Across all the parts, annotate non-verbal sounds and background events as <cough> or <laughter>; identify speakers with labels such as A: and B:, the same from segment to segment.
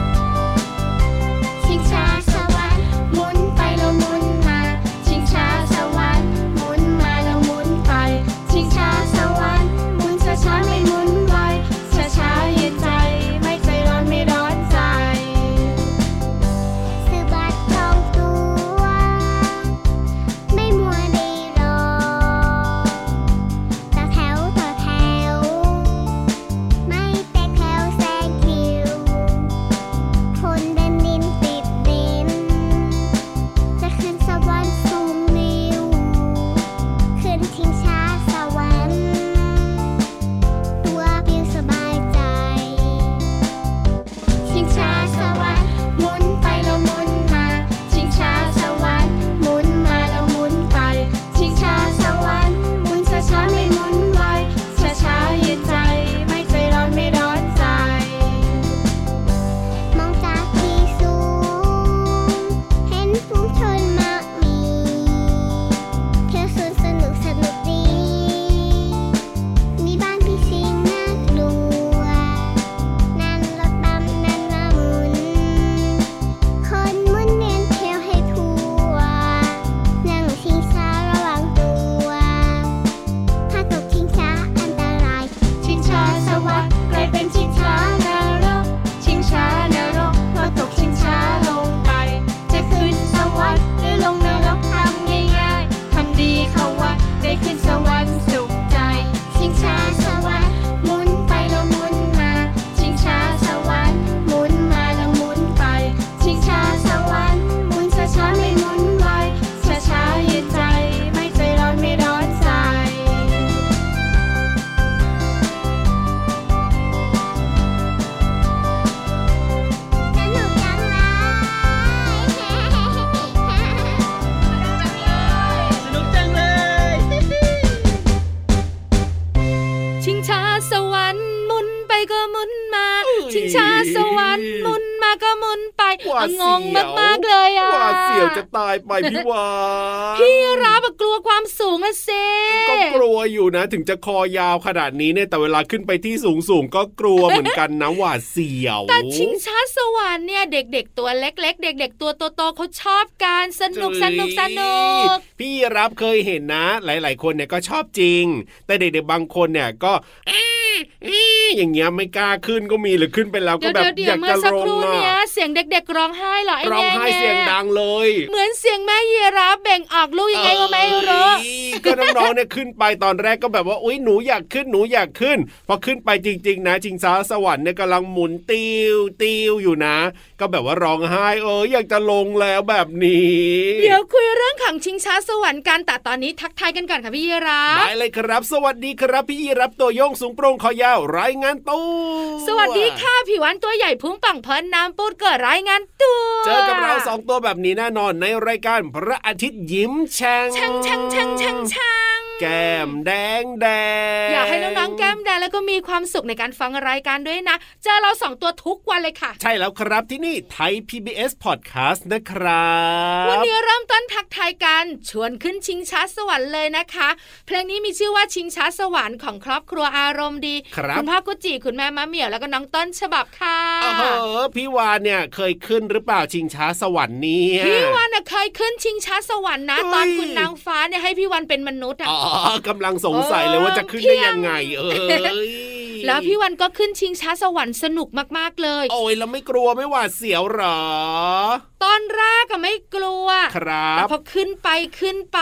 A: ชิงช้าสวรรค์หมุนไปแล้วหมุนมา ชิงช้าสวรรค์หมุนมาแล้วหมุนไป ชิงช้าสวรรค์หมุนช้าช้าๆไม่หมุนไวช้าช้าๆเย็นใจ ไม่ใจร้อนไม่ร้อนใจ
B: สะบัดทองตัว ไม่มัวรีรอต่อแถวต่อแถว ไม่แตกแถวแซงคิว คนเดินดินติดดิน จะขึ้นสวรรค์สูงนิวขึ้นทิ้งช้าสวรรค์ ตัวปิวสบายใจ
A: ชิงช้าสวรรค์หมุนไปแล้วหมุนมา ชิงช้าสวรรค์หมุนมาแล้วหมุนไป ชิงช้าสวรรค์หมุนช้าช้าๆไม่หมุนไวช้าช้าๆเย็นใจ ไม่ใจร้อนไม่ร้อนใจ
B: มองจากที่สูง เห็นฝูงชนมากมีเที่ยวสวนสนุกสนุกดี มีบ้านพี่ชิงน่ากลัว นั่นรถบัมนั่นละมุน คนหมุนเวียนเที่ยวให้ทั่ว นั่งชิงช้าระวังตัว ถ้าตกชิงช้าอันตราย
A: ชิงช้าสวรรค์กลายเป็นชิงช้านรก ชิงช้านรกเพอตกชิงช้าลงไป จะขึ้นสวรรค์หรือลงนรกทำง่ายๆทำดีเข้าวัดได้ขึ้นสวรรค์สุขใจ ชิงช้าสวรรค์หมุนไปแล้วหมุนมา ชิงช้าสวรรค์หมุนมาแล้วหมุนไป ชิงช้าสวรรค์หมุนช้าๆไม่หมุนไวช้าๆเย็นใจ ไม่ใจร้อนไม่ร้อนใจ
B: สนุกจังเลย
C: ชิงช้าสวรรค์หมุนไปก็หมุนมา ชิงช้าสวรรค์หมุนมาก็หมุนไป
D: หวา
C: อ่ะ
D: ด
C: ง
D: เสียว
C: งมากๆเลยอ่ะ
D: หวาดเสียวจะตายไปพี่วาน
C: พี่รับอะกลัวความสูงอะเซ
D: ก็กลัวอยู่นะ ถึงจะคอยาวขนาดนี้เนี่ยแต่เวลาขึ้นไปที่สูงสูงๆก็กลัวเหมือนกันนะหวาดเสียว
C: แต่ชิงช้าสวรรค์เนี่ยเด็ก ๆ ตัวเล็ก ๆ เด็ก ๆ ตัวโตๆเขาชอบการสนุกสนุกสนุก
D: พี่รับเคยเห็นนะ หลาย ๆ คนเนี่ยก็ชอบจริง แต่เด็กๆบางคนเนี่ยก็ <coughs> อ้าอ้าอย่างเงี้ยไม่กล้าขึ้นก็มีหรือขึ้นไปแล้วก็
C: เดี๋ยว
D: แบบ
C: เดี๋ย
D: อ
C: ว
D: ยาว ก
C: เดี๋ยเมื่
D: จะ
C: อสัก
D: ล
C: ค
D: ง
C: รู่เนี้ย
D: อ่ะ
C: เสียงเด็ก ๆ ร้องไห้เหรอไอ้
D: ร้อง
C: แน่
D: ไห้
C: เนี่
D: เสียงดังเลย
C: เหมือนเสียงแม่เยีราฟเบ่งออกลูกยังไงก็ไม่รู้
D: เอ้ยก็น้องๆเนี่ยขึ้นไปตอนแรกก็แบบว่าอุ้ยหนูอยากขึ้นหนูอยากขึ้นพอขึ้นไปจริง ๆ นะจิงซาสวรรค์เนี่ยกำลังหมุนติวติวอยู่นะ ก็แบบว่าร้องไห้เอออยากจะลงแล้วแบบนี้
C: เดี๋ยวคุยเรื่องของชิงช้าสวรรค์กันแต่ตอนนี้ทักทายกันก่อนค่ะพี่ยีราฟ
D: ได้เลยครับ สวัสดีครับพี่ยีรับตัวโยงสูงโปร่งคอยาวรายงานตู้
C: สวัสดีค่ะผิววันตัวใหญ่พุงป่องเพลินน้ำปูดเกิดรายงานตัว
D: เจอกับเราสองตัวแบบนี้แน่นอนในรายการพระอาทิตย์ยิ้มแฉ่ง
C: ช่างช่างช่างช่างช่าง
D: แก้มแดงแดง
C: อยากให้น้องๆแก้มแดงแล้วก็มีความสุขในการฟังรายการด้วยนะ เจอเราสองตัวทุกวันเลยค่ะ
D: ใช่แล้วครับที่นี่ไทย PBS Podcast นะครับ
C: วันนี้เริ่มต้นทักทายกันชวนขึ้นชิงช้าสวรรค์เลยนะคะ เพลงนี้มีชื่อว่าชิงช้าสวรรค์ของครอบครัวอารมณ์ดี
D: ครับ
C: ณพ่อกุจิคุณแม่มะเหมี่ยวแล้วก็น้องต้นฉบับค่ะ
D: โอ้โหพี่วานเนี่ยเคยขึ้นหรือเปล่าชิงช้าสวรรค์เนี่ย
C: พี่วันน่ะเคยขึ้นชิงช้าสวรรค์นะ
D: เฮ้ย
C: ตอนคุณนางฟ้าเนี่ยให้พี่วันเป็นมนุษย์อ่ะ
D: อ๋อกำลังสงสัยเลยว่าจะขึ้นได้ยังไงเอ้ย
C: แล้วพี่วันก็ขึ้นชิงช้าสวรรค์สนุกมากๆเลย
D: โอ้ยแล้วไม่กลัวไม่หวาดเสียวเหรอ
C: ตอนแรกก็ไม่กลัว
D: ครั
C: แต่
D: บ
C: พอขึ้นไปขึ้นไป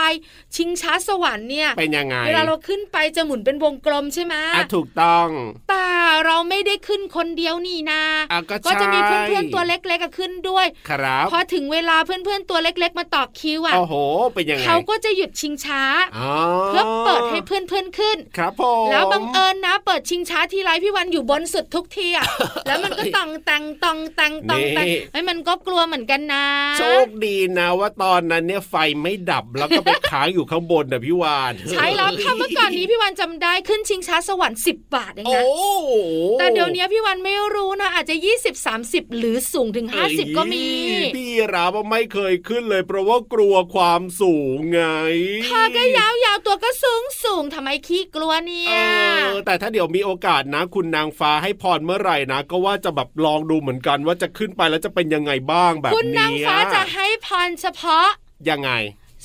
C: ชิงช้าสวรรค์เนี่ย
D: เป็นยังไง
C: เวลาเราขึ้นไปจะหมุนเป็นวงกลมใช่ไหม
D: อ่ะถูกต้อง
C: แต่เราไม่ได้ขึ้นคนเดียวนี่นา
D: อ่ะก็ใช่
C: ก็จะมีเพื่อนๆตัวเล็กๆก็ขึ้นด้วย
D: ครับ
C: พอถึงเวลาเพื่อนๆตัวเล็กๆ มาต่อคิวอ่ะ
D: โอ้โห เป็นยังไง
C: เขาก็จะหยุดชิงช้า
D: อ๋อ
C: เพื่อเปิดให้เพื่อนๆขึ้น
D: ครับผม
C: แล้วบังเอิญนะ เปิดชิงช้าทีไรพี่วันอยู่บนสุดทุกทีอ่ะ แล้วมันก็ตองแต่งตองแต่งตองแต่งไอ้ยมันก็กลัวเหมือนกัน นะ
D: โชคดีนะว่าตอนนั้นเนี่ยไฟไม่ดับแล้วก็ไปค้างอยู่ข้างบนนะพี่วาน
C: ใช่แล้วค่ะเมื่อก่อนนี้พี่วันจำได้ขึ้นชิงช้าสวรรค์10 บาทเอง
D: โอ้
C: นะ
D: โห
C: แต่เดี๋ยวนี้พี่วันไม่รู้นะ อาจจะ 20 30 หรือสูงถึง 50 ก็มี
D: เอ้ยพี่รับว่าไม่เคยขึ้นเลย เพราะว่ากลัวความสูงไง
C: คอก็ยาวๆตัวก็สูงสูงๆทำไมขี้กลัวเนี่
D: เอย อแต่ถ้าเดี๋ยวมีโอกาสนะ คุณนางฟ้าให้พรเมื่อไหร่นะ ก็ว่าจะแบบลองดูเหมือนกันว่าจะขึ้นไปแล้วจะเป็นยังไงบ้างแบบเนี้ย
C: คุณนางฟ้าจะให้พรเฉพาะ
D: ยังไง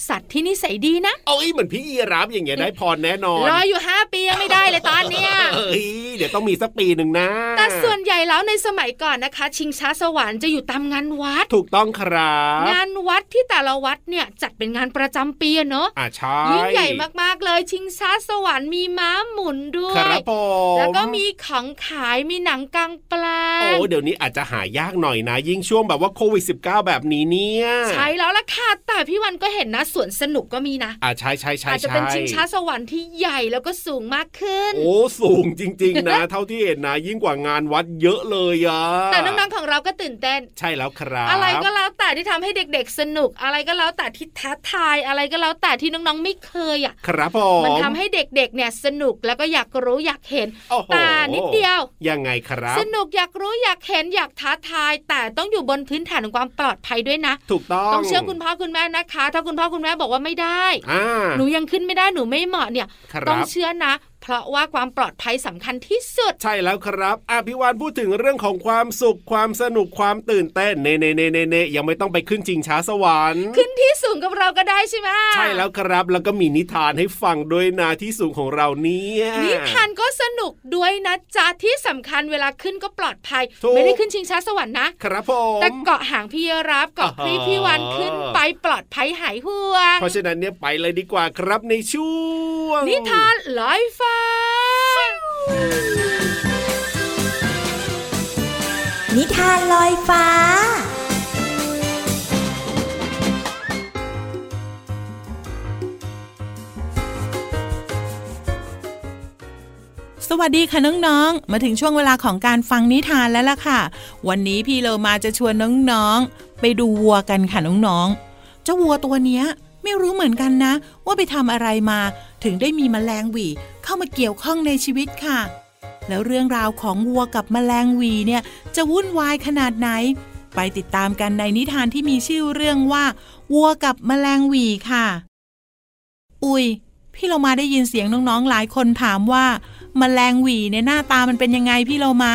C: สัตว์ที่นิสัยดีนะ
D: เอ้ยเหมือนพี่ยีรับอย่างเงี้ยได้พรแน่นอน
C: รออยู่ 5 ปียังไม่ได้เลยตอนเนี้ย
D: เอ้ยเดี๋ยวต้องมีสักปีหนึ่งนะ
C: แต่ส่วนใหญ่แล้วในสมัยก่อนนะคะ ชิงช้าสวรรค์จะอยู่ตามงานวัด
D: ถูกต้องครับ
C: งานวัดที่แต่ละวัดเนี่ยจัดเป็นงานประจำปีอะเนอะ
D: อ่าใช่
C: ยิ่งใหญ่มากๆเลยชิงช้าสวรรค์มีม้าหมุนด้ว
D: ค
C: ย
D: รับผม
C: แล้วก็มีของขายมีหนังกลางแปล
D: โอ้
C: ง
D: เดี๋ยวนี้อาจจะหายากหน่อยนะ ยิ่งช่วงแบบว่าโควิด -19 แบบนี้เนี่ย
C: ใช่แล้วล่ะค่ะแต่พี่วันก็เห็นนะสวนสนุกก็มีนะ
D: อ่าใช่ใช่ใช่
C: อาจจะเป็น
D: ใ
C: ชิงช้าสวรรค์ที่ใหญ่แล้วก็สูงมากขึ้น
D: โอ้สูงจริง ๆ นะ <laughs> เท่าที่เห็นนะ ยิ่งกว่างานวัดเยอะเลยอะ
C: แต่น้องๆของเราก็ตื่นเต้น
D: ใช่แล้วครับ
C: อะไรก็แล้วแต่ที่ทำให้เด็กๆสนุก อะไรก็แล้วแต่ที่ท้าทายอะไรก็แล้วแต่ที่น้องๆไม่เคยอ่ะ
D: ครับผม
C: มันทำให้เด็กๆเนี่ยสนุกแล้วก็อยากรู้อยากเห็น
D: โอ้โห
C: แต่นิดเดียว
D: ยังไงครับ
C: สนุกอยากรู้อยากเห็นอยากท้าทาย แต่ต้องอยู่บนพื้นฐานของความปลอดภัยด้วยนะ
D: ถูกต้อง
C: ต้องเชื่อคุณพ่อคุณแม่นะคะ ถ้าคุณพ่อคุณแม่บอกว่าไม่ได้
D: อ่า
C: หนูยังขึ้นไม่ได้หนูไม่เหมาะเนี่ย
D: ค
C: ต้อง
D: รับ
C: เชื่อนะ เพราะว่าความปลอดภัยสำคัญที่สุด
D: ใช่แล้วครับอ่ะพี่วานพูดถึงเรื่องของความสุขความสนุกความตื่นเต้นเนเนเนเนเนยังไม่ต้องไปขึ้นจิงช้าสวรรค์
C: ขึ้นที่สูงกับเราก็ได้ใช่ไหม
D: ใช่แล้วครับ แล้วก็มีนิทานให้ฟังด้วยนะที่สูงของเราเนี่ย
C: นิทานก็สนุกด้วยนะจ๊ะที่สำคัญเวลาขึ้นก็ปลอดภัย
D: ถูก
C: ไม่ได้ขึ้นชิงช้าสวรรค์นะครับ
D: ผม
C: แต่เกาะหางพี่รับเกาะคลิปพี่วันขึ้นไปปลอดภัยหายห่วง
D: เพราะฉะนั้นเนี่ยไปเลยดีกว่าครับในช่วง
C: นิทานลอยฟ้า
E: นิทานลอยฟ้า
F: สวัสดีค่ะน้องๆ มาถึงช่วงเวลาของการฟังนิทานแล้วล่ะค่ะ วันนี้พี่เรามาจะชวนน้องๆ ไปดูวัวกันค่ะน้องๆ เจ้าวัวตัวเนี้ยไม่รู้เหมือนกันนะ ว่าไปทำอะไรมา ถึงได้มีแมลงหวีเข้ามาเกี่ยวข้องในชีวิตค่ะ แล้วเรื่องราวของวัวกับแมลงหวีเนี่ยจะวุ่นวายขนาดไหน ไปติดตามกันในนิทานที่มีชื่อเรื่องว่าวัวกับแมลงหวีค่ะ อุ้ย พี่เรามาได้ยินเสียงน้องๆ หลายคนถามว่า แมลงหวีเนี่ยหน้าตามันเป็นยังไงพี่เรามา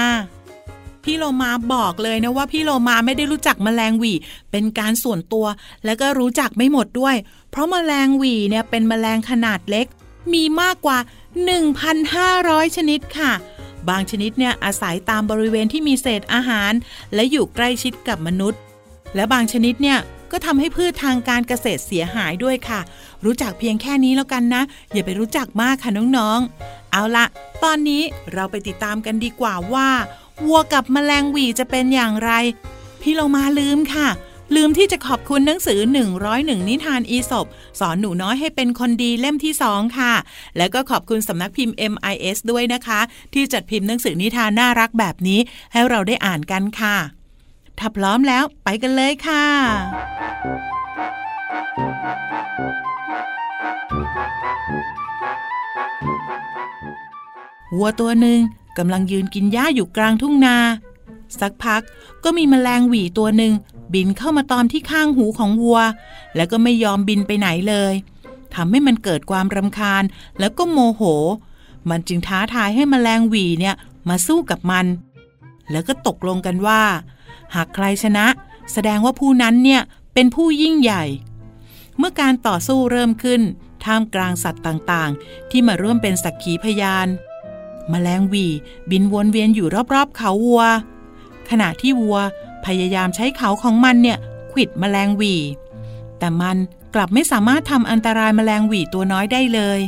F: พี่โลมาบอกเลยนะว่าพี่โลมาไม่ได้รู้จักแมลงหวีเป็นการส่วนตัว และก็รู้จักไม่หมดด้วย เพราะแมลงหวีเนี่ยเป็นแมลงขนาดเล็ก มีมากกว่า 1,500 ชนิดค่ะ บางชนิดเนี่ยอาศัยตามบริเวณที่มีเศษอาหาร และอยู่ใกล้ชิดกับมนุษย์ และบางชนิดเนี่ยก็ทำให้พืชทางการเกษตรเสียหายด้วยค่ะ รู้จักเพียงแค่นี้แล้วกันนะ อย่าไปรู้จักมากค่ะน้องๆ เอาละตอนนี้เราไปติดตามกันดีกว่าว่า วัวกับแมลงหวีจะเป็นอย่างไร พี่เรามาลืมค่ะ ลืมที่จะขอบคุณหนังสือ 101 นิทานอีสบสอนหนูน้อยให้เป็นคนดีเล่มที่ 2 ค่ะ แล้วก็ขอบคุณสำนักพิมพ์ MIS ด้วยนะคะ ที่จัดพิมพ์หนังสือนิทานน่ารักแบบนี้ ให้เราได้อ่านกันค่ะ ถ้าพร้อมแล้วไปกันเลยค่ะ วัวตัวหนึ่งกำลังยืนกินหญ้าอยู่กลางทุ่งนา สักพักก็มีแมลงหวีตัวหนึ่งบินเข้ามาตอมที่ข้างหูของวัว แล้วก็ไม่ยอมบินไปไหนเลยทำให้มันเกิดความรำคาญแล้วก็โมโห มันจึงท้าทายให้แมลงหวีเนี่ยมาสู้กับมัน แล้วก็ตกลงกันว่า หากใครชนะ แสดงว่าผู้นั้นเนี่ยเป็นผู้ยิ่งใหญ่ เมื่อการต่อสู้เริ่มขึ้น ท่ามกลางสัตว์ต่างๆ ที่มาร่วมเป็นสักขีพยาน แมลงหวีบินวนเวียนอยู่รอบๆ เขาวัว ขณะที่วัวพยายามใช้เขาของมันเนี่ยขวิดแมลงหวี แต่มันกลับไม่สามารถทำอันตรายแมลงหวีตัวน้อยได้เลย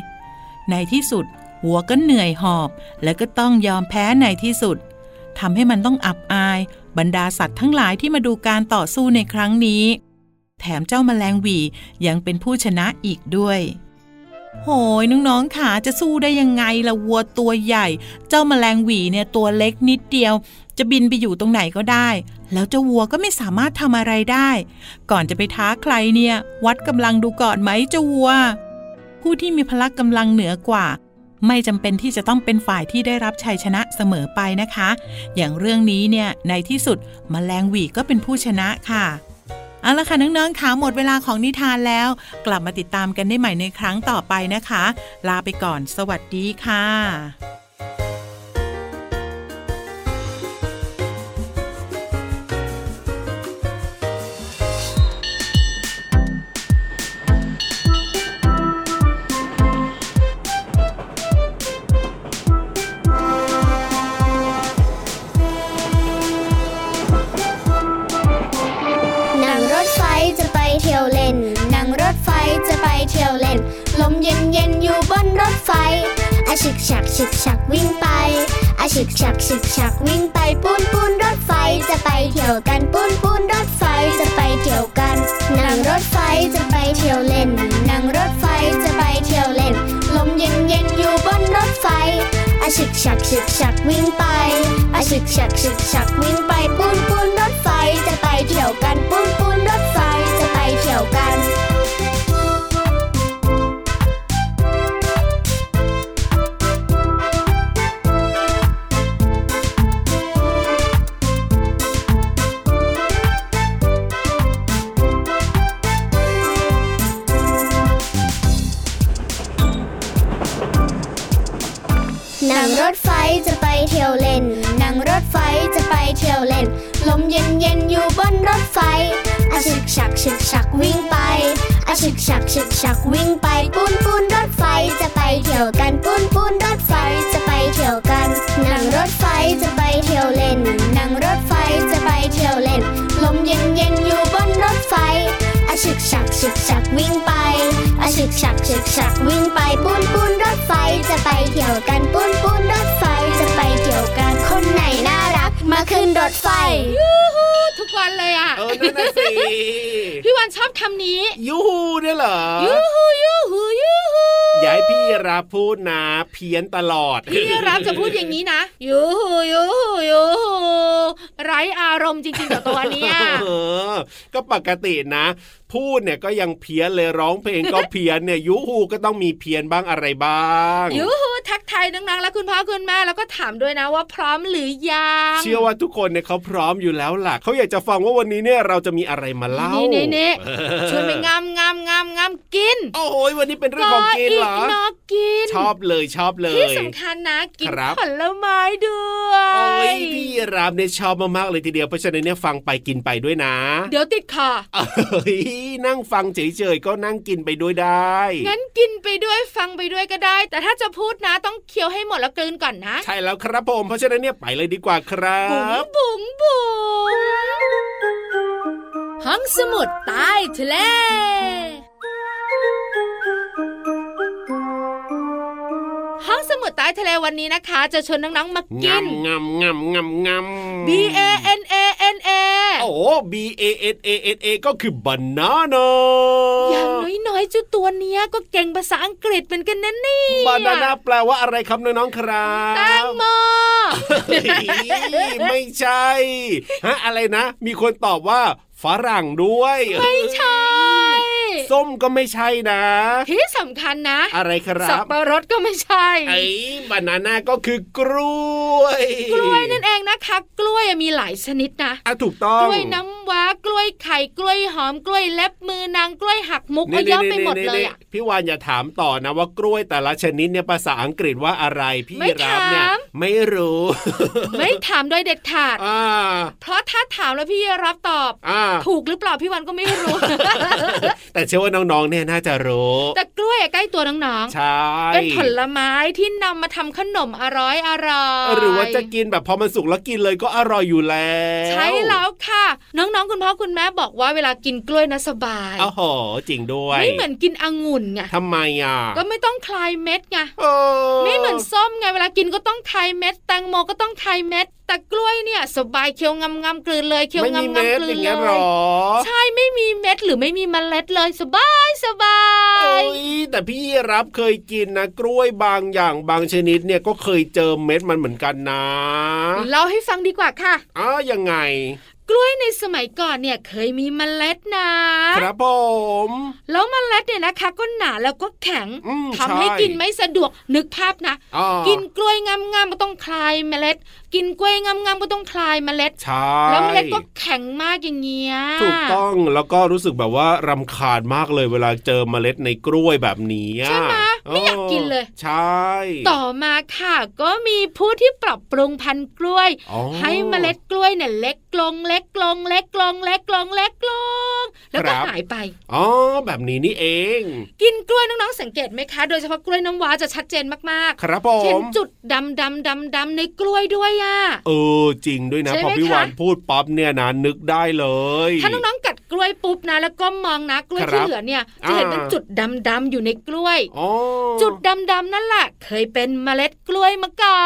F: ในที่สุดวัวก็เหนื่อยหอบ และก็ต้องยอมแพ้ในที่สุด ทำให้มันต้องอับอาย บรรดาสัตว์ทั้งหลายที่มาดูการต่อสู้ในครั้งนี้ แถมเจ้าแมลงหวียังเป็นผู้ชนะอีกด้วย โหยน้องๆขาจะสู้ได้ยังไงละวัวตัวใหญ่ เจ้าแมลงหวีเนี่ยตัวเล็กนิดเดียว จะบินไปอยู่ตรงไหนก็ได้ แล้วเจ้าวัวก็ไม่สามารถทำอะไรได้ ก่อนจะไปท้าใครเนี่ย วัดกำลังดูก่อนไหมเจ้าวัว ผู้ที่มีพละกำลังเหนือกว่า ไม่จำเป็นที่จะต้องเป็นฝ่ายที่ได้รับชัยชนะเสมอไปนะคะ อย่างเรื่องนี้เนี่ยในที่สุดแมลงหวีก็เป็นผู้ชนะค่ะ เอาละค่ะน้องๆค่ะหมดเวลาของนิทานแล้ว กลับมาติดตามกันได้ใหม่ในครั้งต่อไปนะคะ ลาไปก่อน สวัสดีค่ะ
B: นั่งรถไฟจะไปเที่ยวเล่น นั่งรถไฟจะไปเที่ยวเล่น ลมเย็นเย็นๆอยู่บนรถไฟอาชิกฉักชิกฉักวิ่งไปอาชิกฉักชิกฉักวิ่งไปปูนปูนรถไฟจะไปเที่ยวกันปูนปูนรถไฟจะไปเที่ยวกัน นั่งรถไฟจะไปเที่ยวเล่น นั่งรถไฟจะไปเที่ยวเล่น ลมเย็นเย็นๆอยู่บนรถไฟอาชิกฉักชิกฉักวิ่งไปอาชิกฉักชิกฉักวิ่งไปปูนปูนรถไฟจะไปเที่ยวกันปูนปูนรถไฟจะไปเที่ยวกัน นั่งรถไฟจะไปเที่ยวเล่น นั่งรถไฟจะไปเที่ยวเล่น ลมเย็นเย็นๆอยู่บนรถไฟอาชึกฉักชึกฉักวิ่งไปอาชึกฉักชึกฉักวิ่งไป ปูนปูนรถไฟจะไปเที่ยวกันปูนปูนรถไฟจะไปเที่ยวกัน นั่งรถไฟจะไปเที่ยวเล่น นั่งรถไฟจะไปเที่ยวเล่น ลมเย็นเย็นๆอยู่บนรถไฟ อาชึกฉักชึกฉักวิ่งไปอาชึกฉักชึกฉักวิ่งไปปูนปูนรถไฟจะไปเที่ยวกันปูนปูนรถไฟจะไปเที่ยวกัน คนไหนน่ารักมาขึ้นรถไฟ
C: ทุกวันเลยอ่ะ
D: เออนั่นน่ะ
C: <laughs>
D: สิ
C: พี่วันชอบคำนี้
D: ยูฮูเนี่ยเหรอ
C: ยูฮูยูฮูยูฮู
D: อย่าให้พี่รับพูดนะ เพี้ยนตลอด
C: พี่รับจะพูดอย่างนี้นะ ยูฮูยูฮูยูฮูไร้อารมณ์จริงๆกับตัวเนี้ย
D: เออก็ปกตินะ พูดเนี่ยก็ยังเพี้ยนเลยร้องเพลงก็ เพี้ยนเนี่ยยูฮูก็ต้องมีเพี้ยนบ้างอะไรบ้าง
C: ยูฮูทักทายน้องๆและคุณพ่อคุณแม่แล้วก็ถามด้วยนะว่าพร้อมหรือยัง
D: เชื่อว่าทุกคนเนี่ยเขาพร้อมอยู่แล้วล่ะเขาอยากจะฟังว่าวันนี้เนี่ยเราจะมีอะไรมาเล่า
C: นี่นี่นี่ชวนไปงามงามงามงามกิน
D: โอ้โหวันนี้เป็นเรื่องของกินเหรอ
C: ก็นอกกิน
D: ชอบเลยชอบเลย
C: ที่สำคัญนะกิน
D: ครับ
C: ผลไม้ด้วย
D: โอ้ยพี่รามเนี่ยชอบมากๆเลยทีเดียวเพราะฉะนั้นเนี่ยฟังไปกินไปด้วยนะ
C: เดี๋ยวติดคอ
D: เอ้ยนั่งฟังเฉยๆก็นั่งกินไปด้วยได้
C: งั้นกินไปด้วยฟังไปด้วยก็ได้ แต่ถ้าจะพูดนะต้องเคี้ยวให้หมดแล้วกลืนก่อนนะ
D: ใช่แล้วครับผมเพราะฉะนั้นเนี่ยไปเลยดีกว่าครั
C: บุ๋ม
D: บ
C: บุ๋มบุ๋มห้องสมุดใต้ทะเล ห้องสมุดใต้ทะเลวันนี้นะคะ จะชวนน้องๆมากิน
D: งำงำงำงำงำ
C: B A N A N A
D: โอ้ B A N A N A ก็คือบานานา
C: อย่างน้อยๆเจ้าตัวเนี้ยก็เก่งภาษาอังกฤษเหมือนกันนะเนี่ย
D: บานานาแปลว่าอะไรครับน้องๆครั
C: แตง
D: บ
C: โม
D: เฮ้ยไม่ใช่ ฮะอะไรนะ มีคนตอบว่าฝรั่งด้วย
C: ไม่ใช่
D: ส้มก็ไม่ใช่นะ
C: ที่สำคัญนะ
D: อะไรครั
C: สับบ ปะรดก็ไม่ใช่
D: ไอ้บานานาก็คือกล้วย
C: กล้วยนั่นเองนะคะ กล้วยมีหลายชนิดนะ
D: อ่ะถูกต้อก ง
C: ล้วยน้ำว้ากล้วยไข่กล้วยหอมกล้วยเล็บมือนางกล้วยหักมุกเอาเยอะไปหมดเลยอ่ะ
D: นี่ๆพี่วานอย่าถามต่อนะว่ากล้วยแต่ละชนิดเนี่ยภาษาอังกฤษว่าอะไรพี่
C: ไม่
D: รับเนี่ย
C: ถาม
D: ไม่รู้ <laughs>
C: ไม่ถามโดยเด็ดขาด
D: อ่า
C: เพราะถ้าถามแล้วพี่รับตอบ
D: อ่า
C: ถูกหรือเปล่าพี่วันก็ไม่
D: <laughs>
C: รู้
D: แต่เชื่อว่าน้องๆเนี่ยน่าจะรู้
C: แต่กล้วยอะใกล้ตัวน้อง
D: ใช่
C: ๆเป็นผลไม้ที่นำมาทำขนมอร่อยอร่อย
D: หรือว่าจะกินแบบพอมันสุกแล้วกินเลยก็อร่อยอยู่แล้ว
C: ใช่แล้วค่ะ น้องๆคุณพ่อคุณแม่บอกว่าเวลากินกล้วยนะสบาย
D: โอ้โหจริงด้วย
C: ไม่เหมือนกินองุ่นไง
D: ทำไมอ่ะ
C: ก็ไม่ต้องคลายเม็ดไง
D: โอ้
C: ไม่เหมือนส้มไงเวลากินก็ต้องคลายเม็ด แตงโมก็ต้องคลายเม็ด แต แต่กล้วยเนี่ยสบายเคี้ยวงำงำๆกลืนเลยเคี้ยว
D: ไม่
C: งำ
D: มี
C: งำ
D: เม็ด
C: กลื
D: อน ย่าง
C: เล
D: เงี้ยหร
C: ย
D: อ
C: ใช่ไม่มีเม็ดหรือไม่มีเมล็ดเลยสบายสบา
D: เอ้
C: ย
D: ยแต่พี่รับเคยกินนะกล้วยบางอย่างบางชนิดเนี่ยก็เคยเจอเม็ดมันเหมือนกันนะ
C: เล่าให้ฟังดีกว่าค่ะ
D: อ้ายังไง
C: กล้วยในสมัยก่อนเนี่ยเคยมีเมล็ดนะครับ
D: ผม
C: แล้วเมล็ดเนี่ยนะคะ ก็หนาแล้วก็แข็ง
D: อืม
C: ทำให้
D: ช่
C: กินไม่สะดวกนึกภาพนะ
D: อ่า
C: กินกล้วยงามๆก็ต้องคลายเมล็ด กินกล้วยงามๆก็ต้องคลายเมล็ด
D: ใช่
C: แล้วเมล็ดก็แข็งมากอย่างเงี้ย
D: ถูกต้องแล้วก็รู้สึกแบบว่ารำคาญมากเลยเวลาเจอเมล็ดในกล้วยแบบนี้อะ
C: ใช่ไหมไม่อยากกินเลย
D: ใช่
C: ต่อมาค่ะ ก็มีผู้ที่ปรับปรุงพันธุ์กล้วย
D: อ๋อ
C: ให้เมล็ดกล้วยเนี่ยเล็กลงเล็กลงเล็กลงเล็กลงเล็กลง แล้วก็หายไป
D: อ๋อแบบนี้นี่เอง
C: กินกล้วยน้องๆสังเกตไหมคะ โดยเฉพาะกล้วยน้ำว้าจะชัดเจนมาก
D: ครับผ
C: ๆเช่น
D: ม
C: จุดดำดำดำดำในกล้วยด้วยอะ
D: เออจริงด้วยนะ
C: ใช่ไหม
D: พอพี่
C: คะ
D: วานพูดป๊อปเนี่ยนะนึกได้เลย
C: ถ้าน้องๆกัดกล้วยปุ๊บนะ แล้วก็มองนะกล้วย
D: ครับ
C: ที่เหลือเนี่ยจะเห็น
D: อ่า
C: เป็นจุดดำดำอยู่ในกล้วย
D: อ๋อ
C: จุดดำดำนั่นแหละเคยเป็นเมล็ดกล้วยมาก่อ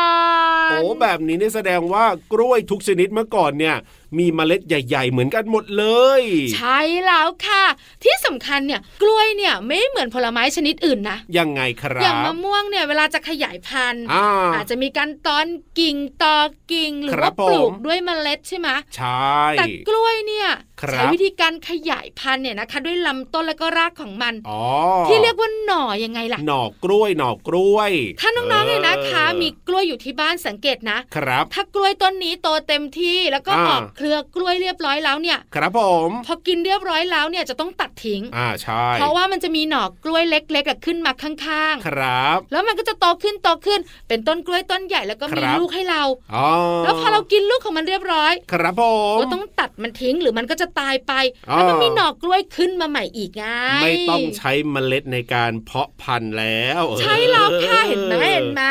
C: น
D: โอ้แบบนี้นี่แสดงว่ากล้วยทุกชนิดเมื่อก่อนเนี่ย มีเมล็ดใหญ่ ๆ เหมือนกันหมดเลย
C: ใช่แล้วค่ะ ที่สำคัญเนี่ยกล้วยเนี่ยไม่เหมือนผลไม้ชนิดอื่นนะ
D: ยังไงครั
C: อย่าง
D: บ
C: มะม่วงเนี่ยเวลาจะขยายพันธุ์
D: อ่า
C: อาจจะมีการตอนกิ่งตอกิ่งหรือ
D: ครั
C: ว่า
D: บ
C: ปลูก
D: ผม
C: ด้วยเมล็ดใช่ไหม
D: ใช่
C: แต่กล้วยเนี่ย
D: ครับ
C: ใช้วิธีการขยายพันธุ์เนี่ยนะคะ ด้วยลำต้นแล้วก็รากของมัน
D: อ๋อ
C: ที่เรียกว่าหน่อยังไงล่ะ
D: หน่อกล้วยหน่อกล้วย
C: ถ้าน้องๆเนี่ยนะคะ
D: ออ
C: มีกล้วยอยู่ที่บ้านสังเกตนะ
D: ครับ
C: ถ้ากล้วยต้นนี้โตเต็มที่แล้วก็
D: อ่า
C: ออกเครือกล้วยเรียบร้อยแล้วเนี่ย
D: ครับผม
C: พอกินเรียบร้อยแล้วเนี่ยจะต้องตัดทิ้ง
D: อ่าใช่
C: เพราะว่ามันจะมีหน่อกล้วยเล็กๆอะขึ้นมาข้างๆ
D: ครับ
C: แล้วมันก็จะโตขึ้นโตขึ้น เป็นต้นกล้วยต้นใหญ่แล้วก็มี
D: ครับ
C: ลูกให้เรา
D: อ๋อ
C: แล้วพอเรากินลูกของมันเรียบร้อย
D: ครับผม
C: ก็ต้องตัดมันทิ้งหรือมันก็จะตายไป
D: อ่า
C: แล้วมันมีหน่อกล้วยขึ้นมาใหม่อีกไง
D: ไม่ต้องใช้เมล็ดในการเพาะพันธุ์แล้ว
C: ใช่แล้วค่ะเห็นไหมเห็นไหม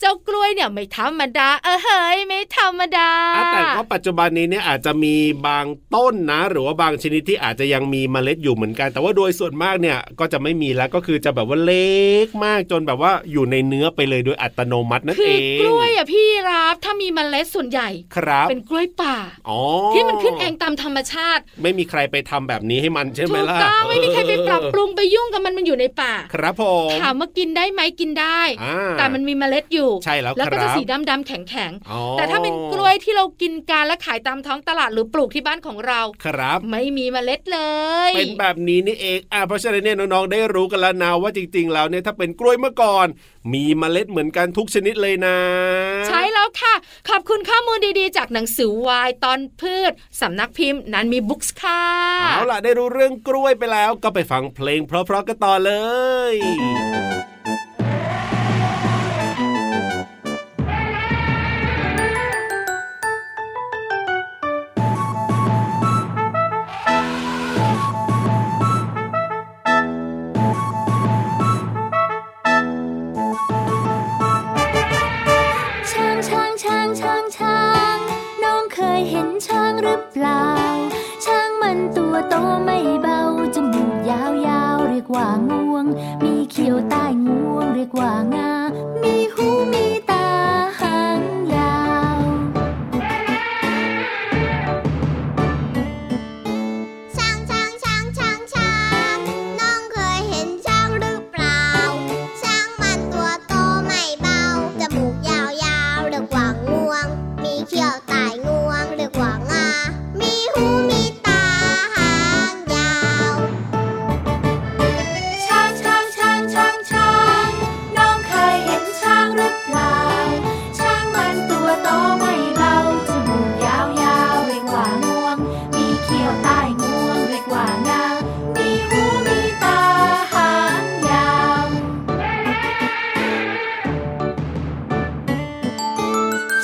C: เจ้ากล้วยเนี่ยไม่ธรรมดา เออเฮ้ยไม่ธรรมดา
D: อ่ะแต่ว่าปัจจุบันนี้เนี่ยอาจจะมีบางต้นนะ หรือว่าบางชนิดที่อาจจะยังมีเมล็ดอยู่เหมือนกัน แต่ว่าโดยส่วนมากเนี่ยก็จะไม่มีแล้วก็คือจะแบบว่าเล็กมากจนแบบว่าอยู่ในเนื้อไปเลยโดยอัตโนมัตินั่น
C: คื
D: เอ
C: อง กล้วยอ่ะพี่รับถ้ามีเมล็ดส่วนใหญ่
D: ครับ
C: เป็นกล้วยป่า
D: อ๋อ
C: ที่มันขึ้นเองตามธรรมชาติ
D: ไม่มีใครไปทำแบบนี้ให้มันใช่ไหม
C: ถูก
D: ล่ะ
C: ต้องไม่มีใครไปปรับปรุงไปยุ่งกับมันมันอยู่ในป่า
D: ครับผม
C: ถามว่ากินได้ไหมกินได้
D: อ่า
C: แต่มันมีเมล็ดอยู่
D: ใช่แล้ว
C: แล้วก็
D: ครั
C: จะ
D: บ
C: สีดำดำๆแข็งแข็งๆ
D: อ๋อ
C: แต่ถ้าเป็นกล้วยที่เรากินกันและขายตามท้องตลาดหรือปลูกที่บ้านของเรา
D: ครับ
C: ไม่มีเมล็ดเลย
D: เป็นแบบนี้นี่เอง อ่ะเพราะฉะนั้นเนี่ยน้องๆ ได้รู้กันแล้วนะว่าจริงๆ แล้วเนี่ยถ้าเป็นกล้วยเมื่อก่อน มีเมล็ดเหมือนกันทุกชนิดเลยนะ
C: ใช่แล้วค่ะ ขอบคุณข้อมูลดีๆ จากหนังสือวายตอนพืช สำนักพิมพ์นั้นมีบุ๊กส์ค่ะ
D: เอาล่ะได้รู้เรื่องกล้วยไปแล้วก็ไปฟังเพลงเพราะๆกันต่อเลย
E: ช้างช้างช้างช้างช้าง น้องเคยเห็นช้างหรือเปล่า ช้างมันตัวโตไม่เบา จมูกยาวยาวๆเรียกว่างวง มีเขียวใต้งวงเรียกว่างา มีหูมีตาหางยาว ช้างช้างช้างช้างช้าง น้องเคยเห็นช้างหรือเปล่า ช้างมันตัวโตไม่เบา จมูกยาวยาวๆเรียกว่างวง มีเขี้ยวตายงวงเรียกว่างา มีหูมีตาหางยาว ช้างช้างช้างช้างช้าง น้องเคยเห็นช้างหรือเปล่า ช้างมันตัวโตไม่เบา จมูกยาวยาวๆเรียกว่างวง มีเขียวใต้งวงเรียกว่างา มีหูมีตาหางยาว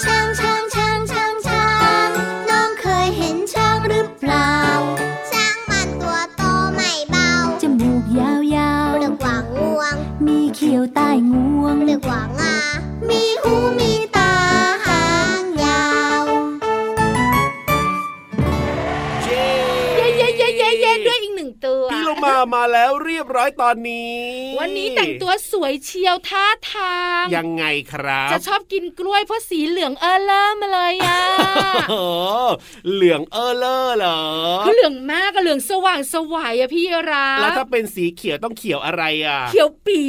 E: ช้างช้างช้างช้างช้าง น้องเคยเห็นช้างหรือเปล่า ช้างมันตัวโตไม่เบา จมูกยาวยาวเรียกว่างวง มีเขียวใต้งวงเรียกว่างา มีหูมีตาหางยาว
C: เย้เย้เย้เย้เย้ด้วยอีกหนึ่งตัว
D: พี่เรามา มาแล้วเรียบร้อยตอนนี้
C: วันนี้แต่งตัวสวยเชียวท่าทาง
D: ยังไงครับ
C: จะชอบกินกล้วยเพราะสีเหลืองเออเริ่มเลย
D: <laughs>
C: อ่ะ
D: โอ้เหลืองเออเลอเหรอ
C: คือเหลืองมากอะเหลืองสว่างสวยอะพี่รั
D: แล้ว
C: ก
D: ถ้าเป็นสีเขียวต้องเขียวอะไรอ่ะ
C: เขียวปี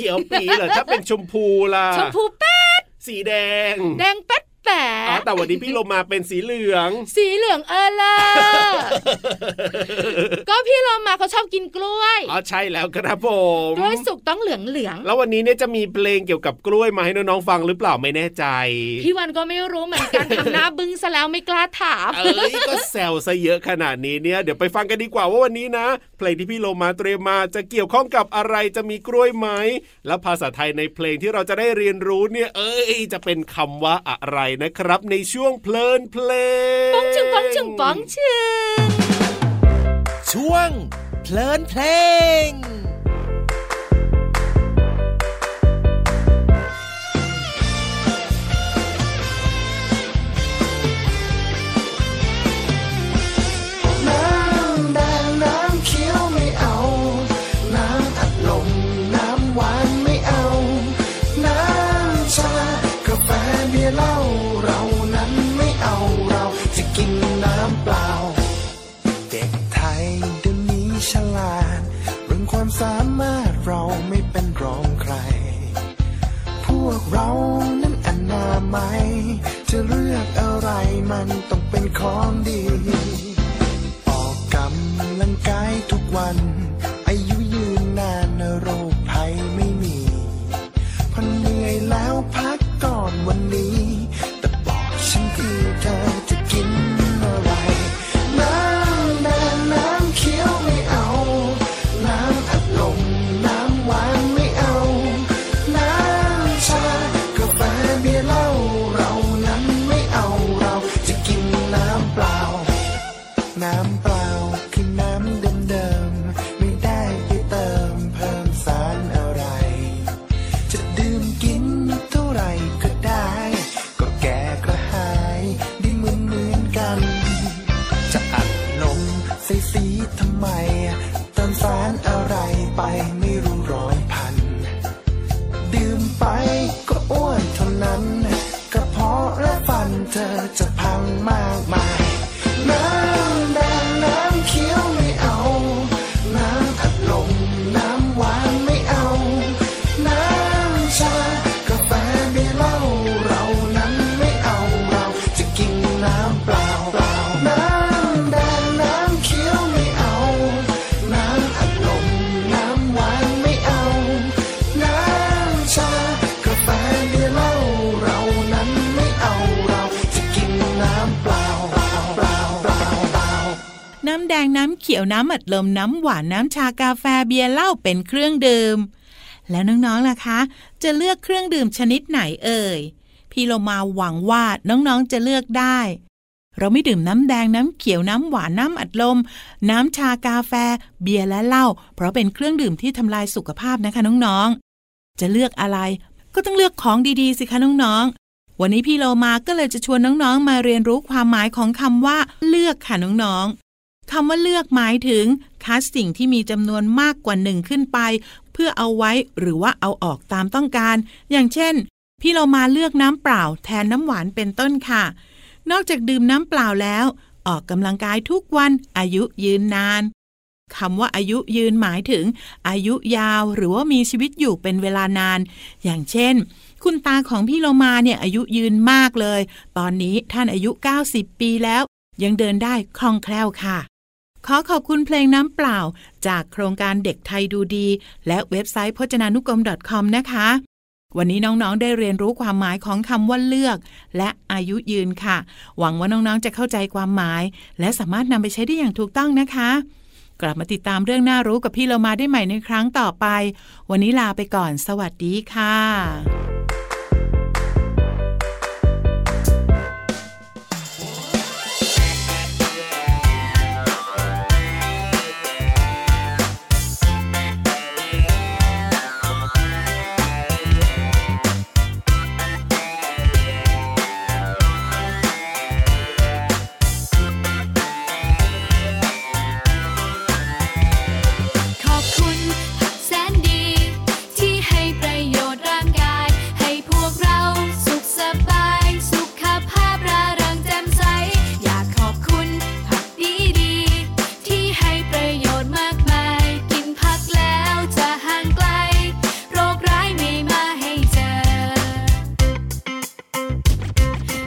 D: เขียวปีเหร
C: <laughs>
D: อถ้าเป็นชมพูล่ะ
C: ชมพูแป๊ด
D: สีแดง
C: แดงแป๊ดแป๊
D: อ๋อ
C: ด
D: แต่วันนี้พี่โลมาเป็นสีเหลือง
C: สีเหลืองเออเลิ
D: <laughs>
C: ศก็พี่เรามาเขาชอบกินกล้วย
D: อ๋อใช่แล้วครับผม
C: กล้วยสุกต้องเหลืองเหลืองๆ
D: แล้ววันนี้เนี่ยจะมีเพลงเกี่ยวกับกล้วยมาให้น้องๆฟังหรือเปล่าไม่แน่ใจ
C: พี่วันก็ไม่รู้เหมือนกันทำหน้าบึ้งซะแล้วไม่กล้าถาม
D: เอ้ยก็แซวซะเยอะขนาดนี้เนี่ย เดี๋ยวไปฟังกันดีกว่าว่าวันนี้นะ เพลงที่พี่โลมาเตรียมมาจะเกี่ยวข้องกับอะไรจะมีกล้วยไหม และภาษาไทยในเพลงที่เราจะได้เรียนรู้เนี่ย เอ้ยจะเป็นคำว่าอะไรนะครับ ในช่วงเพลินเพลง
C: ป้องชึงป้องชึงป้องชึง
G: ช่วง เพลินเพลง
H: น้ำแดงน้ำเขียวไม่เอา น้ำอัดลมน้ำหวานไม่เอา น้ำชากาแฟเบียร์เหล้าเรานั้นไม่เอาเราจะกินน้ำเปล่า เด็กไทยเดี๋ยวนี้ฉลาด เรื่องความสามารถเราไม่เป็นรองใคร พวกเรานั้นอนามัยจะเลือกอะไรมันต้องเป็นของดี ออกกำลังกายทุกวัน อายุยืนนานโรคภัยไม่มีพอเหนื่อยแล้วพักก่อนวันนี้ แต่บอกฉันทีเธอจะกินอะไร น้ำแดงน้ำเขียวไม่เอา น้ำอัดลมน้ำหวานไม่เอา น้ำชากาแฟเบียร์เหล้าเรานั้นไม่เอาเราจะกินน้ำเปล่า น้ำเปล่าคือน้ำเดิมๆไม่ได้ไปเติมเพิ่มสารอะไร จะดื่มกินเท่าไหร่ก็ได้ ก็แก่กระหายได้เหมือนเหมือนๆกัน จะอัดลมใส่สีทำไมเติมสารอะไรไปไม่รู้ร้อยพัน ดื่มไปก็อ้วนเท่านั้นกระเพาะและฟันเธอจะพังมากมาย น้ำแดงน้ำเขียวไม่เอา น้ำอัดลมน้ำหวานไม่เอา น้ำชากาแฟเบียร์เหล้าเรานั้นไม่เอาเราจะกินน้ำเปล่าเปล่าน้ำแดงน้ำเขียวไม่เอา น้ำอัดลมน้ำหวานไม่เอา น้ำชากาแฟเบียร์เหล้าเรานั้นไม่เอาเราจะกินน้ำเปล่าเปล่าเปล่าเปล่าเปล่า
F: น้ำแดงน้ำเขียวน้ำอัดลมน้ำหวานน้ำชากาแฟเบียร์เหล้าเป็นเครื่องดื่ม แล้วน้องๆล่ะคะ จะเลือกเครื่องดื่มชนิดไหนเอ่ย พี่โลมาหวังว่าน้องๆจะเลือกได้ เราไม่ดื่มน้ำแดงน้ำเขียวน้ำหวานน้ำอัดลม น้ำชากาแฟ เบียร์และเหล้าเพราะเป็นเครื่องดื่มที่ทำลายสุขภาพนะคะน้องๆ จะเลือกอะไร ก็ต้องเลือกของดีๆสิคะน้องๆ วันนี้พี่โลมาก็เลยจะชวนน้องๆ มาเรียนรู้ความหมายของคำว่า เลือกค่ะน้องๆ คำว่าเลือกหมายถึงคัดสิ่งที่มีจำนวนมากกว่าหนึ่งขึ้นไป เพื่อเอาไว้หรือว่าเอาออกตามต้องการ อย่างเช่น พี่เรามาเลือกน้ำเปล่าแทนน้ำหวานเป็นต้นค่ะ นอกจากดื่มน้ำเปล่าแล้ว ออกกำลังกายทุกวันอายุยืนนานคำว่าอายุยืนหมายถึง อายุยาวหรือว่ามีชีวิตอยู่เป็นเวลานาน อย่างเช่น คุณตาของพี่โลมาเนี่ยอายุยืนมากเลย ตอนนี้ท่านอายุ 90 ปีแล้ว ยังเดินได้คล่องแคล่วค่ะ ขอขอบคุณเพลงน้ำเปล่า จากโครงการเด็กไทยดูดี และเว็บไซต์พจนานุกรม .com นะคะ วันนี้น้องๆได้เรียนรู้ความหมายของคำว่าเลือก และอายุยืนค่ะ หวังว่าน้องๆจะเข้าใจความหมาย และสามารถนำไปใช้ได้อย่างถูกต้องนะคะ กลับมาติดตามเรื่องน่ารู้กับพี่เรามาได้ใหม่ในครั้งต่อไป วันนี้ลาไปก่อน สวัสดีค่ะ
I: ขอ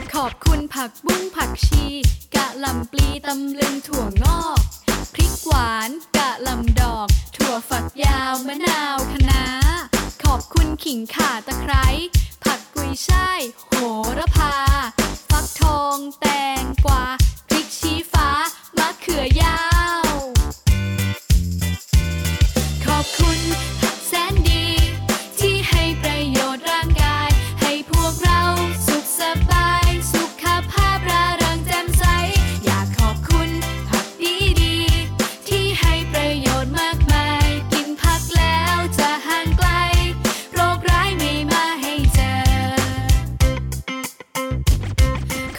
I: ชี กะหล่ำปลีตำลึงถั่วงอก พริกหวานกะหล่ำดอก ถั่วฝักยาวมะนาวคะน้า ขอบคุณขิงข่าตะไคร้ ผักกุยช่ายโหระพา ฟักทองแตงกวาพริกชี้ฟ้ามะเขือยาว ขอบคุณผักแสนดี ที่ให้ประโยชน์ร่างกาย ให้พวกเราสุขสบาย สุขภาพร่าเริงแจ่มใส อยากขอบคุณผักดีๆที่ให้ประโยชน์มากมาย กินผักแล้วจะห่างไกล โรคร้ายไม่มาให้เจอ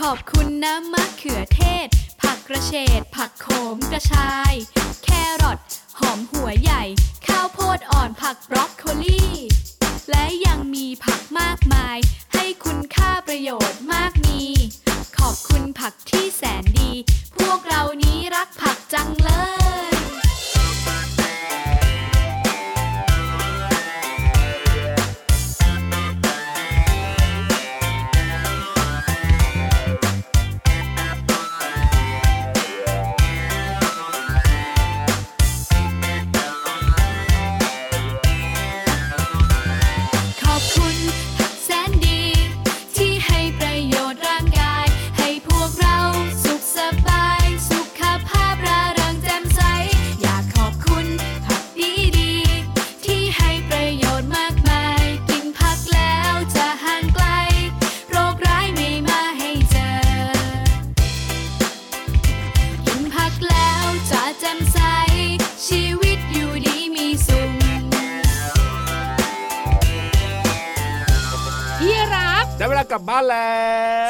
I: ขอบคุณน้ำมะเขือเทศ ผักกระเฉด ผักโขมกระชาย แครอทหอมหัวใหญ่ ข้าวโพดอ่อนผักบรอกโคลีและยังมีผักมากมาย ให้คุณค่าประโยชน์มากมี ขอบคุณผักที่แสนดี พวกเรานี้รักผักจังเลย ขอบคุณผักแสนดี ที่ให้ประโยชน์ร่างกาย ให้พวกเราสุขสบาย สุขภาพร่าเริงแจ่มใส อยากขอบคุณผักดีๆที่ให้ประโยชน์มากมาย กินผักแล้วจะห่างไกล โรคร้ายไม่มาให้เจอ กินผักแล้วจะแจ่มใส ชีวิตอยู่ดีมีสุข
C: พี่รับ
D: ได้เวลากลับบ้านแล้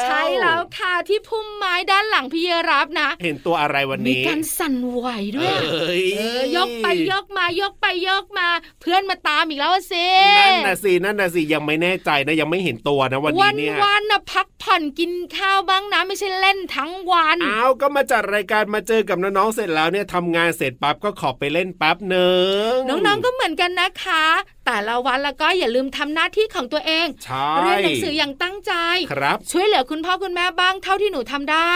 D: ว
C: ใช่แล้วค่ะที่พุ่มไม้ด้านหลังพี่รับนะ
D: เห็นตัวอะไรวัน
C: มี
D: นี้
C: การสั่นไหวด้วย
D: เอ้ย
C: เออยกไปยกมายกไปยกมา เพื่อนมาตามอีกแล้วอะสิ
D: นั่นน่ะสินั่นน่ะสิยังไม่แน่ใจนะยังไม่เห็นตัวนะวัน
C: วั
D: นี้เนี่ย
C: วันๆนะพักผ่อนกินข้าวบ้างนะไม่ใช่เล่นทั้งวัน
D: เอาก็มาจัดรายการมาเจอกับน้องๆเสร็จแล้วเนี่ยทำงานเสร็จปั๊บก็ขอไปเล่นแป๊บหนึ่ง
C: น้องๆก็เหมือนกันนะคะ แต่ละวันแล้วก็อย่าลืมทำหน้าที่ของตัวเอง
D: ใช่
C: เรียนหนังสืออย่างตั้งใจ
D: ครับ
C: ช่วยเหลือคุณพ่อคุณแม่บ้างเท่าที่หนูทำได้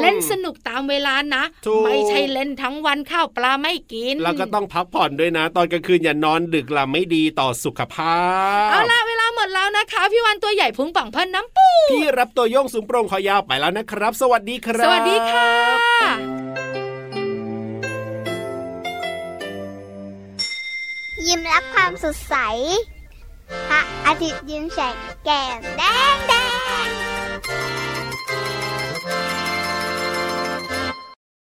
C: เล่นสนุกตามเวลานะ
D: ถูก
C: ไม่ใช่เล่นทั้งวันข้าวปลาไม่กิน
D: แล้วก็ต้องพักผ่อนด้วยนะ ตอนกลางคืนอย่านอนดึกล่ะไม่ดีต่อสุขภาพ
C: เอาล่ะเวลาหมดแล้วนะคะ พี่วันตัวใหญ่พุงป่องเพิ่นน้ำปู
D: พี่รับตัวโยงสูงโปรงคอยาวไปแล้วนะครับ สวัสดีครับ
C: สวัสดีค่ะ
B: ยิ้มรับความสดใส พระอาทิตย์ยิ้มแฉกแก้มแดงแดง